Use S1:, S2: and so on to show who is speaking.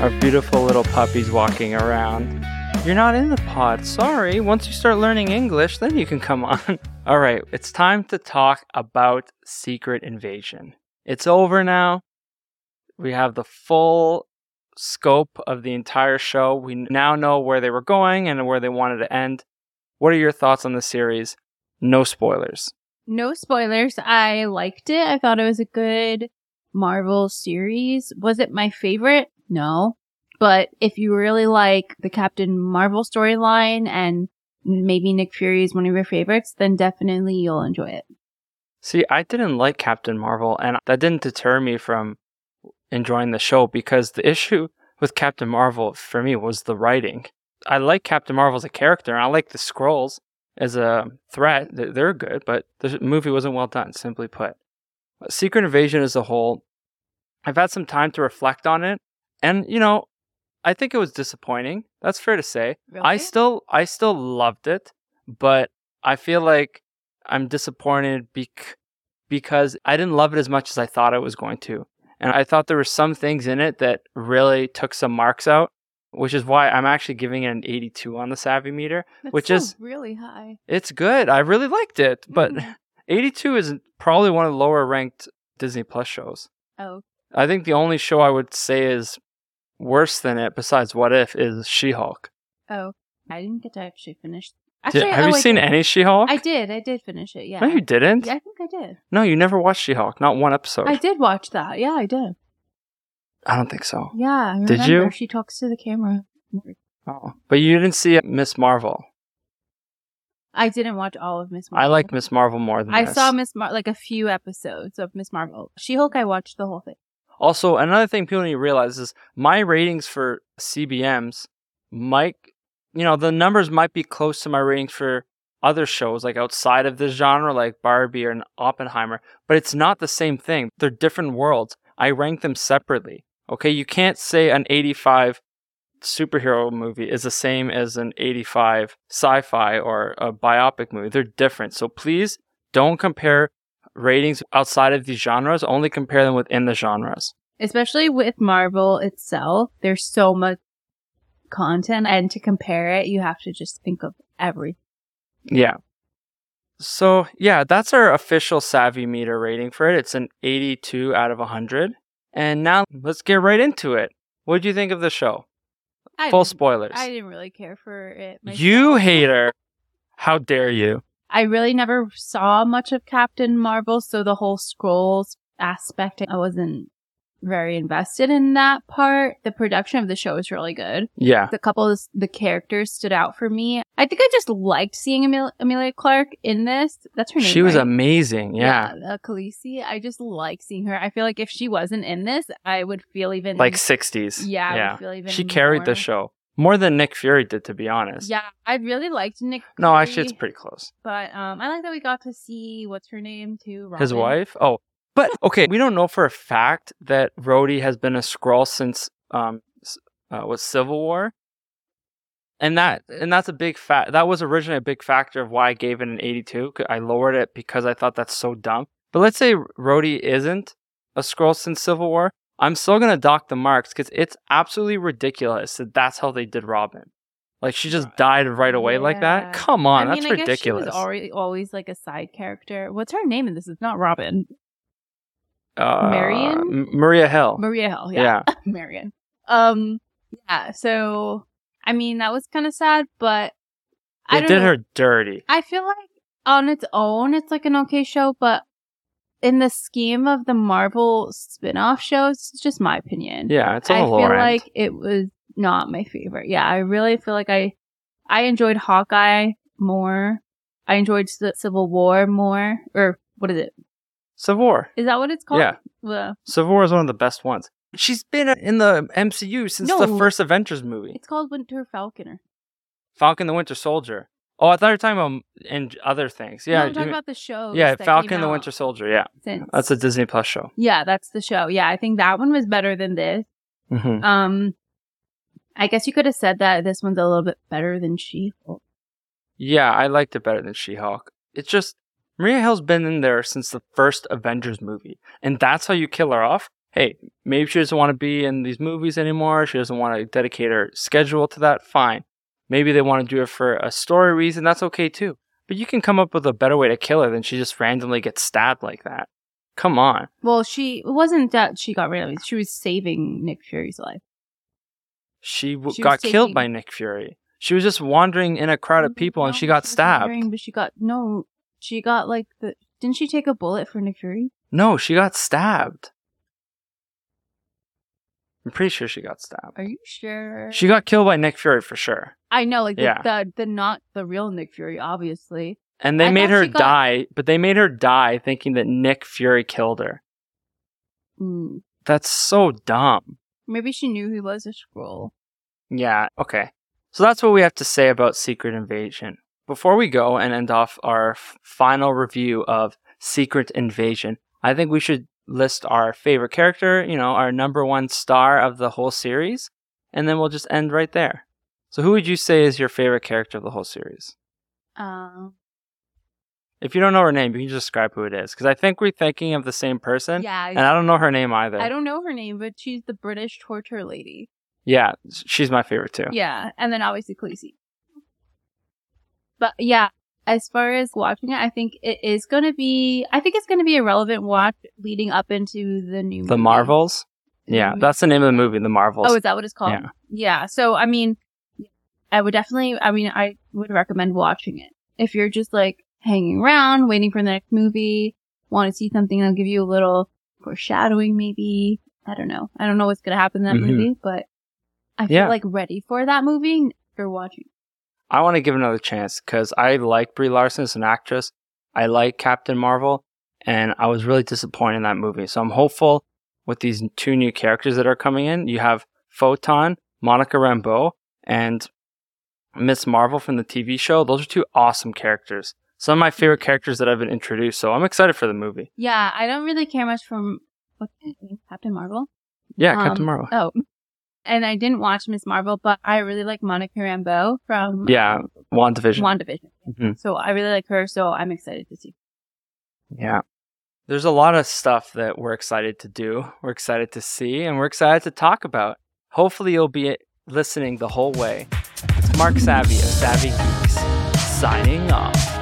S1: our beautiful little puppies walking around. You're not in the pod, sorry. Once you start learning English, then you can come on. All right, it's time to talk about Secret Invasion. It's over now. We have the full scope of the entire show. We now know where they were going and where they wanted to end. What are your thoughts on the series? No spoilers.
S2: No spoilers. I liked it. I thought it was a good Marvel series. Was it my favorite? No. But if you really like the Captain Marvel storyline and maybe Nick Fury is one of your favorites, then definitely you'll enjoy it.
S1: See, I didn't like Captain Marvel, and that didn't deter me from enjoying the show because the issue with Captain Marvel for me was the writing. I like Captain Marvel as a character, and I like the scrolls as a threat. They're good, but the movie wasn't well done, simply put. Secret Invasion as a whole, I've had some time to reflect on it, and you know, I think it was disappointing. That's fair to say.
S2: Really?
S1: I still, I still loved it, but I feel like I'm disappointed bec- because I didn't love it as much as I thought I was going to. And I thought there were some things in it that really took some marks out, which is why I'm actually giving it an 82 on the Savvy Meter. Which still is-
S2: really high. Mm.
S1: It's good. I really liked it, but
S2: Mm-hmm.
S1: 82 is probably one of the lower ranked Disney Plus shows.
S2: Oh,
S1: I think the only show I would say is worse than it, besides What If, is She Hulk.
S2: oh. I didn't get to actually finish.
S1: Have
S2: oh,
S1: you
S2: I
S1: seen
S2: did.
S1: any She Hulk?
S2: I did. I did finish it. Yeah.
S1: No, you didn't.
S2: Yeah, I think I did.
S1: No, you never watched She Hulk. Not one episode.
S2: I did watch that. Yeah, I did.
S1: I don't think so.
S2: Yeah. I
S1: Did
S2: remember.
S1: you?
S2: She talks to the camera.
S1: Oh. But you didn't see Miss Marvel.
S2: I didn't watch all of Miss
S1: I
S2: Marvel.
S1: like Miss Marvel more than
S2: I
S1: this.
S2: saw Miss Mar like a few episodes of Miss Marvel. She Hulk. I watched the whole thing.
S1: Also, another thing people need to realize is my ratings for CBMs might, you know, the numbers might be close to my ratings for other shows like outside of this genre, like Barbie or Oppenheimer, but it's not the same thing. They're different worlds. I rank them separately. Okay, you can't say an 85 superhero movie is the same as an 85 sci fi or a biopic movie. They're different. So please don't compare ratings outside of these genres, only compare them within the genres.
S2: especially with Marvel itself, there's so much content, and to compare it, you have to just think of everything.
S1: Yeah. So, yeah, that's our official Savvy Meter rating for it. It's an 82 out of 100. And now let's get right into it. What do you think of the show?
S2: I
S1: Full
S2: didn't-
S1: spoilers.
S2: I didn't really care for it. myself.
S1: You hater. How dare you?
S2: I really never saw much of Captain Marvel, so the whole scrolls aspect, I wasn't very invested in that part. The production of the show is really good.
S1: Yeah.
S2: The couple of the characters stood out for me. I think I just liked seeing Emil- Amelia Clark in this. That's her name.
S1: She was
S2: right?
S1: amazing. Yeah.
S2: uh, Khaleesi. I just like seeing her. I feel like if she wasn't in this, I would feel even e-,
S1: Like 60s.
S2: yeah, I
S1: Yeah.
S2: would feel even
S1: She carried the
S2: more-
S1: show more than Nick Fury did, to be honest.
S2: Yeah, I really liked Nick.
S1: No, actually, it's
S2: Fury,
S1: pretty close.
S2: But um, I like that we got to see what's her name too. Robin.
S1: His wife? Oh. But okay, we don't know for a fact that Rhodey has been a Skrull since um s- uh, was Civil War. And that and that's a big fact. That was originally a big factor of why I gave it an 82. 'cause I lowered it because I thought that's so dumb. But let's say Rhodey isn't a Skrull since Civil War. I'm still gonna dock the marks because it's absolutely ridiculous that that's how they did Robin. Like she just died right away like
S2: Yeah.
S1: that. Come on,
S2: I
S1: that's
S2: mean, I guess she
S1: ridiculous.
S2: was already always like a side character. What's her name in this? It's not Robin.
S1: Uh,
S2: Marion?
S1: M- Maria Hill.
S2: Maria Hill. Yeah.
S1: yeah.
S2: Marion. Um. Yeah. So I mean, that was kind of sad, but I
S1: They
S2: don't
S1: did
S2: know.
S1: her dirty.
S2: I feel like on its own, it's like an okay show, but in the scheme of the Marvel spin off shows, it's just my opinion.
S1: Yeah, it's
S2: I
S1: on the
S2: feel
S1: lower end.
S2: like it was not my favorite. Yeah, I really feel like I I enjoyed Hawkeye more. I enjoyed the Civil War more, or what is it?
S1: Savor.
S2: Is that what it's called?
S1: Yeah.
S2: Well,
S1: Savor is one of the best ones. She's been in the MCU since the
S2: No.
S1: first Avengers movie,
S2: it's called Winter Falconer.
S1: Falcon the Winter Soldier. Oh, I thought you were talking about m- and other things.
S2: No,
S1: Yeah,
S2: I'm talking
S1: you-
S2: about the show.
S1: yeah, Falcon the Winter Soldier. Yeah,
S2: Since.
S1: that's a Disney Plus show.
S2: yeah, that's the show. Yeah, I think that one was better than this.
S1: hmm
S2: Um, I guess you could have said that this one's a little bit better than she.
S1: Yeah, I liked it better than She-Hulk. It's just Maria Hill's been in there since the first Avengers movie, and that's how you kill her off. hey, maybe she doesn't want to be in these movies anymore. She doesn't want to dedicate her schedule to that. Fine. Maybe they want to do it for a story reason. That's okay too. But you can come up with a better way to kill her than she just randomly gets stabbed like that. Come on.
S2: Well, she it wasn't that she got rid of him. She was saving Nick Fury's life.
S1: She, w-
S2: She was
S1: got killed
S2: taking-
S1: by Nick Fury. She was just wandering in a crowd of people and
S2: No,
S1: she got
S2: wasn't
S1: stabbed.
S2: wearing- but she got no. She got like the. Didn't she take a bullet for Nick Fury?
S1: No, she got stabbed. I'm pretty sure she got stabbed.
S2: Are you sure?
S1: She got killed by Nick Fury for sure.
S2: I know, like
S1: Yeah.
S2: the, the the not the real Nick Fury, obviously.
S1: And they
S2: I
S1: made
S2: thought
S1: her
S2: she got-
S1: die, but they made her die thinking that Nick Fury killed her.
S2: Mm.
S1: That's so dumb.
S2: Maybe she knew he was a scroll.
S1: Yeah, okay. So that's what we have to say about Secret Invasion. Before we go and end off our f- final review of Secret Invasion, I think we should list our favorite character, you know, our number one star of the whole series, and then we'll just end right there. So, who would you say is your favorite character of the whole series?
S2: Um,
S1: If you don't know her name, you can just describe who it is, because I think we're thinking of the same person,
S2: yeah,
S1: and I don't know her name either.
S2: I don't know her name, but she's the British torture lady.
S1: Yeah, she's my favorite too.
S2: Yeah, and then obviously Khaleesi. But yeah, as far as watching it, I think it is going to be. I think it's going to be a relevant watch leading up into the new
S1: The
S2: movie.
S1: Marvels. Yeah, that's the name of the movie, The Marvels.
S2: Oh, is that what it's called?
S1: Yeah.
S2: Yeah, So I mean, I would definitely. I mean, I would recommend watching it if you're just like hanging around, waiting for the next movie, want to see something that'll give you a little foreshadowing, maybe. I don't know. I don't know what's gonna happen in that
S1: Mhm.
S2: movie, but I feel
S1: Yeah.
S2: like ready for that movie after watching.
S1: I want to give it another chance because I like Brie Larson as an actress. I like Captain Marvel, and I was really disappointed in that movie. So I'm hopeful with these two new characters that are coming in. You have Photon, Monica Rambeau, and Miss Marvel from the TV show. Those are two awesome characters. Some of my favorite characters that I've been introduced. So I'm excited for the movie.
S2: Yeah, I don't really care much from what's his name? Captain Marvel.
S1: Yeah,
S2: Um,
S1: Captain Marvel.
S2: Oh, and I didn't watch Miss Marvel, but I really like Monica Rambeau from
S1: yeah, WandaVision.
S2: WandaVision.
S1: Mhm.
S2: So I really like her, so I'm excited to see.
S1: Yeah. There's a lot of stuff that we're excited to do, we're excited to see, and we're excited to talk about. Hopefully, you'll be listening the whole way. It's Mark Savvy of Savvy Geeks signing off.